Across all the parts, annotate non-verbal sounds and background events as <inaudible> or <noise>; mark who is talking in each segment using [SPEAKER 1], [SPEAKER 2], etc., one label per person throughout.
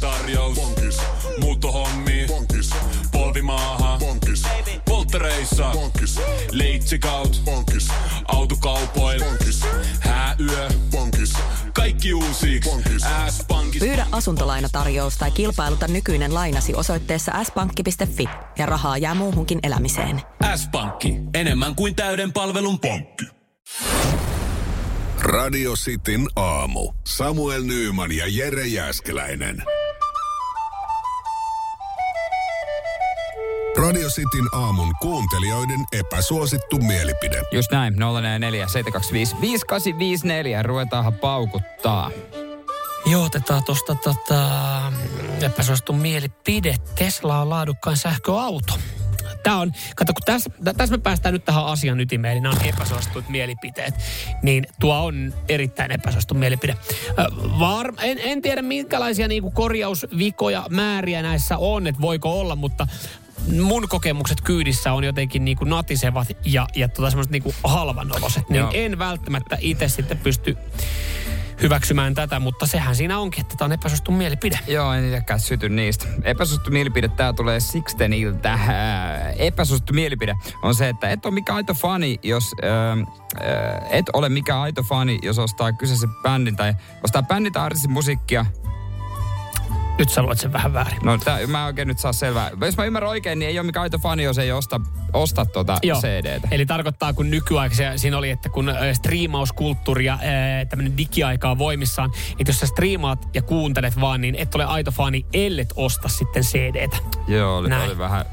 [SPEAKER 1] korjaus. Pankis. Muuttohommi. Pankis. Polvimaaha. Pankis. Polttereissa. Pankis. Leitsikaut. Pankis. Autokaupoil. Pankis. Hääyö. Pankis. Kaikki uusi. S-pankki.
[SPEAKER 2] Pyydä asuntolainatarjous tai kilpailuta nykyinen lainasi osoitteessa s-pankki.fi ja rahaa jää muuhunkin elämiseen.
[SPEAKER 1] S-pankki. Enemmän kuin täyden palvelun pankki.
[SPEAKER 3] Radio Cityn aamu. Samuel Nyyman ja Jere Jäskeläinen. Radio Cityn aamun kuuntelijoiden epäsuosittu mielipide.
[SPEAKER 4] Just näin, 044 725 5854, ruvetaanhan paukuttaa.
[SPEAKER 5] Joo, otetaan tuosta tota, epäsuostun mielipide. Tesla on laadukkain sähköauto. Tämä on, kato kun tässä, tässä me päästään nyt tähän asian ytimeen, eli nämä on epäsuostuit mielipiteet. Niin tuo on erittäin epäsuostu mielipide. Ö, Var, en, en tiedä minkälaisia niinku korjausvikoja, määriä näissä on, että voiko olla, mutta mun kokemukset kyydissä on jotenkin niinku natisevat ja, ja tota semmoiset niinku halvanoloiset. Niin
[SPEAKER 4] Joo.
[SPEAKER 5] en välttämättä itse sitten pysty hyväksymään tätä, mutta sehän siinä onkin, että tämä on epäsuostun mielipide.
[SPEAKER 4] Joo, en itsekään syty niistä. Epäsuosittu mielipide, tää tulee Sixteniltä. Ää, Epäsuosittu mielipide on se, että et ole mikään aito fani, jos... Ää, ää, et ole mikään aito fani, jos ostaa kyseisen bändin tai ostaa bändin tai artistin musiikkia.
[SPEAKER 5] Nyt sä luet sen vähän väärin.
[SPEAKER 4] No tää, mä en oikein nyt saa selvää. Jos mä ymmärrän oikein, niin ei ole mikään aito fani, jos ei osta, osta tota CDtä.
[SPEAKER 5] Eli tarkoittaa, kun nykyaikaisia siinä oli, että kun ö, striimauskulttuuri ja ö, tämmöinen digiaika on voimissaan, että jos sä striimaat ja kuuntelet vaan, niin et ole aito fani, ellet osta sitten CDtä.
[SPEAKER 4] Joo, oli,
[SPEAKER 5] Näin.
[SPEAKER 4] oli vähän...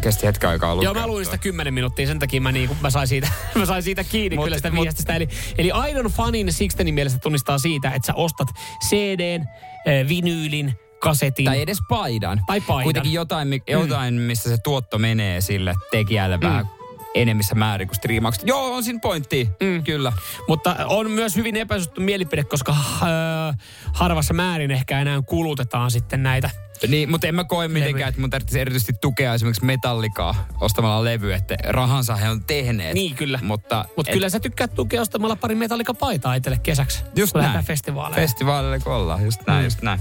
[SPEAKER 4] Kesti hetken aikaa lukea.
[SPEAKER 5] Joo, mä luin
[SPEAKER 4] tuo.
[SPEAKER 5] sitä 10 minuuttia, sen takia mä, niinku, mä, sain, siitä, <laughs> mä sain siitä
[SPEAKER 4] Mut-
[SPEAKER 5] kiinni mut, kyllä sitä
[SPEAKER 4] mut-
[SPEAKER 5] viestistä. Eli, eli aidon fanin Sixtenin mielestä tunnistaa siitä, että sä ostat CDn, ö, eh, vinyylin, kasetin.
[SPEAKER 4] Tai edes paidan.
[SPEAKER 5] Tai paidan. Mm.
[SPEAKER 4] Kuitenkin jotain, mi- jotain missä se tuotto menee sille tekijälle mm. vähän enemmissä määrin kuin striimaukset. Joo, on siinä pointti. Mm. Kyllä.
[SPEAKER 5] Mutta on myös hyvin epäsuttu mielipide, koska äh, harvassa määrin ehkä enää kulutetaan sitten näitä.
[SPEAKER 4] Niin, mutta en mä koe mitenkään, että mun tarvitsisi erityisesti tukea esimerkiksi metallikaa ostamalla levy, että rahansa he on tehneet.
[SPEAKER 5] Niin, kyllä.
[SPEAKER 4] Mutta
[SPEAKER 5] Mutta
[SPEAKER 4] et-
[SPEAKER 5] kyllä sä tykkäät tukea ostamalla pari metallikapaitaa itselle kesäksi.
[SPEAKER 4] Just
[SPEAKER 5] kun lähdetään
[SPEAKER 4] näin.
[SPEAKER 5] festivaaleille.
[SPEAKER 4] Festivaaleille kun ollaan, just näin, mm. just näin.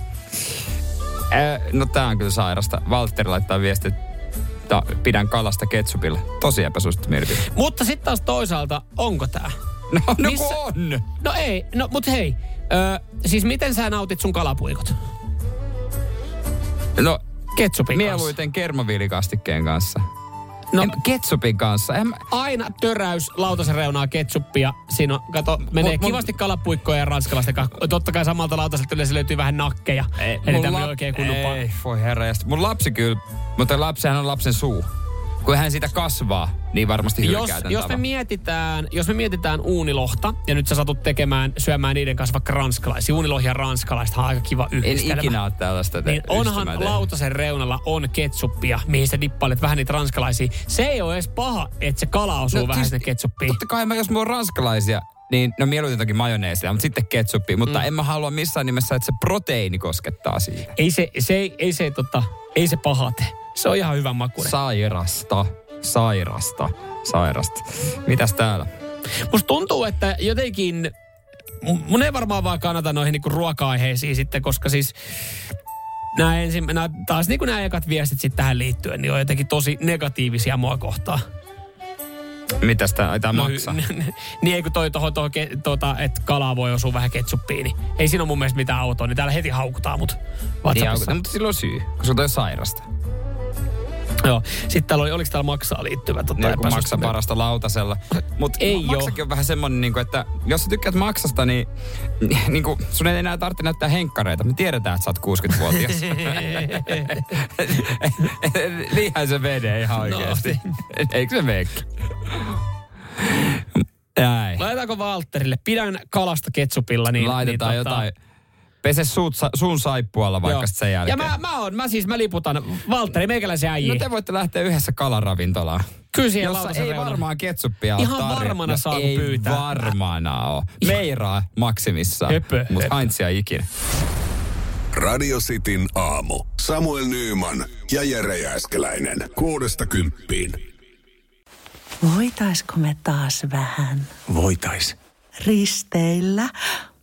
[SPEAKER 4] Ö, no tää on kyllä sairasta. Valtteri laittaa viesti, että pidän kalasta ketsupilla. Tosi epäsuosittu mielipide.
[SPEAKER 5] Mutta sitten taas toisaalta, onko tämä?
[SPEAKER 4] <laughs> No, no
[SPEAKER 5] Missä-
[SPEAKER 4] kun on!
[SPEAKER 5] No ei, no mut hei. Ö, siis miten sä nautit sun kalapuikot?
[SPEAKER 4] No,
[SPEAKER 5] Ketsupin kanssa.
[SPEAKER 4] Mieluiten kermaviilikastikkeen kanssa. No,
[SPEAKER 5] No-
[SPEAKER 4] en, ketsupin kanssa. En, mä-
[SPEAKER 5] Aina töräys lautasen reunaa ketsuppia. Siinä on, kato, menee
[SPEAKER 4] mut-
[SPEAKER 5] kivasti kalapuikkoja ja ranskalaisten kanssa. Totta kai samalta lautaselta yleensä löytyy vähän nakkeja. Ei,
[SPEAKER 4] mun
[SPEAKER 5] E, Eli tämmöinen
[SPEAKER 4] lap-
[SPEAKER 5] oikein kunnon pa-
[SPEAKER 4] Ei, voi herra jästä. Mun lapsi kyllä, mutta lapsihan on lapsen suu. Kun hän siitä kasvaa, niin varmasti hylkää
[SPEAKER 5] jos,
[SPEAKER 4] tän
[SPEAKER 5] jos, me
[SPEAKER 4] tavan.
[SPEAKER 5] mietitään, jos me mietitään uunilohta, ja nyt sä satut tekemään, syömään niiden kanssa vaikka ranskalaisia. Uunilohi ja ranskalaiset on aika kiva
[SPEAKER 4] En
[SPEAKER 5] yhdistelmä.
[SPEAKER 4] ikinä ole tällaista te-
[SPEAKER 5] Niin onhan
[SPEAKER 4] ystävää tehnyt.
[SPEAKER 5] lautasen reunalla on ketsuppia, mihin sä dippailet vähän niitä ranskalaisia. Se ei ole edes paha, että se kala osuu no, vähän
[SPEAKER 4] siis-
[SPEAKER 5] sinne ketsuppiin.
[SPEAKER 4] Totta kai, mä, jos mulla on ranskalaisia, niin no mieluiten toki majoneesia, mutta sitten ketsuppi. Mutta mm. en mä halua missään nimessä, että se proteiini koskettaa siihen.
[SPEAKER 5] Ei se, se, ei, ei se, tota, ei se paha tee. Se on ihan hyvän makuinen.
[SPEAKER 4] Sairasta, sairasta, sairasta. Mitäs täällä?
[SPEAKER 5] Musta tuntuu, että jotenkin... mun- Mun ei varmaan vaan kannata noihin niinku ruoka-aiheisiin sitten, koska siis nämä, ensin, nämä taas niinku nämä ekat viestit sitten tähän liittyen, niin on jotenkin tosi negatiivisia mua kohtaan.
[SPEAKER 4] No Mitäs tää, ei tää no, maksa?
[SPEAKER 5] <laughs> niin ei kun toi tohon, tohon ke, tota, että kalaa voi osua vähän ketsuppiin, niin ei siinä ole mun mielestä mitään autoa, niin täällä heti haukutaan mut
[SPEAKER 4] Niin,
[SPEAKER 5] WhatsAppissa.
[SPEAKER 4] aukuta, mutta silloin on syy, koska se on toi sairasta.
[SPEAKER 5] Joo. Sitten täällä oli, oliko täällä maksaa liittyvä? Tota,
[SPEAKER 4] Niin, kun
[SPEAKER 5] epäsuosittu-
[SPEAKER 4] maksa parasta lautasella. Mutta
[SPEAKER 5] Ei
[SPEAKER 4] ei
[SPEAKER 5] oo.
[SPEAKER 4] maksakin on vähän semmonen, niin kuin, että jos sä tykkäät maksasta, niin, <laughs> niin kuin, sun ei enää tarvitse näyttää henkkareita. Me tiedetään, että sä oot 60-vuotias.
[SPEAKER 5] <laughs>
[SPEAKER 4] Niinhän se menee ihan
[SPEAKER 5] No.
[SPEAKER 4] oikeesti. Eikö se menekin?
[SPEAKER 5] Niin,
[SPEAKER 4] Näin.
[SPEAKER 5] Laitetaanko Valterille? Pidän kalasta ketsupilla, niin...
[SPEAKER 4] Laitetaan
[SPEAKER 5] niin, tota-
[SPEAKER 4] jotain. Pese suut, sa- suun saippualla vaikka sit sen jälkeen.
[SPEAKER 5] Ja mä, mä, on, mä siis mä liputan Valtteri meikäläisen äijä.
[SPEAKER 4] No
[SPEAKER 5] No
[SPEAKER 4] te voitte lähteä yhdessä kalaravintolaan.
[SPEAKER 5] Kyllä siellä
[SPEAKER 4] Jossa
[SPEAKER 5] lautasen
[SPEAKER 4] ei
[SPEAKER 5] reunalla.
[SPEAKER 4] varmaan ketsuppia ole
[SPEAKER 5] Ihan
[SPEAKER 4] tarjolla. No
[SPEAKER 5] varmana saa, kun
[SPEAKER 4] ei
[SPEAKER 5] pyytää.
[SPEAKER 4] varmana ole. Meiraa maksimissaan,
[SPEAKER 5] Höpö,
[SPEAKER 4] mutta
[SPEAKER 5] höpö.
[SPEAKER 4] Heinzia ikinä.
[SPEAKER 3] Radio Cityn aamu. Samuel Nyyman ja Jere Jäskeläinen. Kuudesta kymppiin.
[SPEAKER 6] Voitaisko me taas vähän
[SPEAKER 7] Voitais.
[SPEAKER 6] risteillä?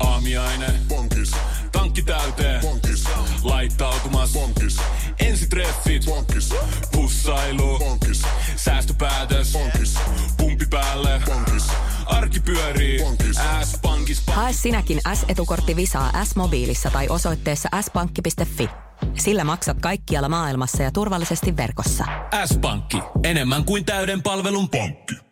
[SPEAKER 1] Aamiainen. Bonkis. Tankki täyteen. Bonkis. Laittautumas. Bonkis. Ensitreffit. Bonkis. Pussailu. Bonkis. Säästöpäätös. Bonkis. Pumpi päälle. Bonkis. Arki pyörii. Bonkis. S-pankis.
[SPEAKER 2] Hae sinäkin S-etukortti Visaa S-mobiilissa tai osoitteessa s-pankki.fi. Sillä maksat kaikkialla maailmassa ja turvallisesti verkossa.
[SPEAKER 1] S-pankki. Enemmän kuin täyden palvelun pankki.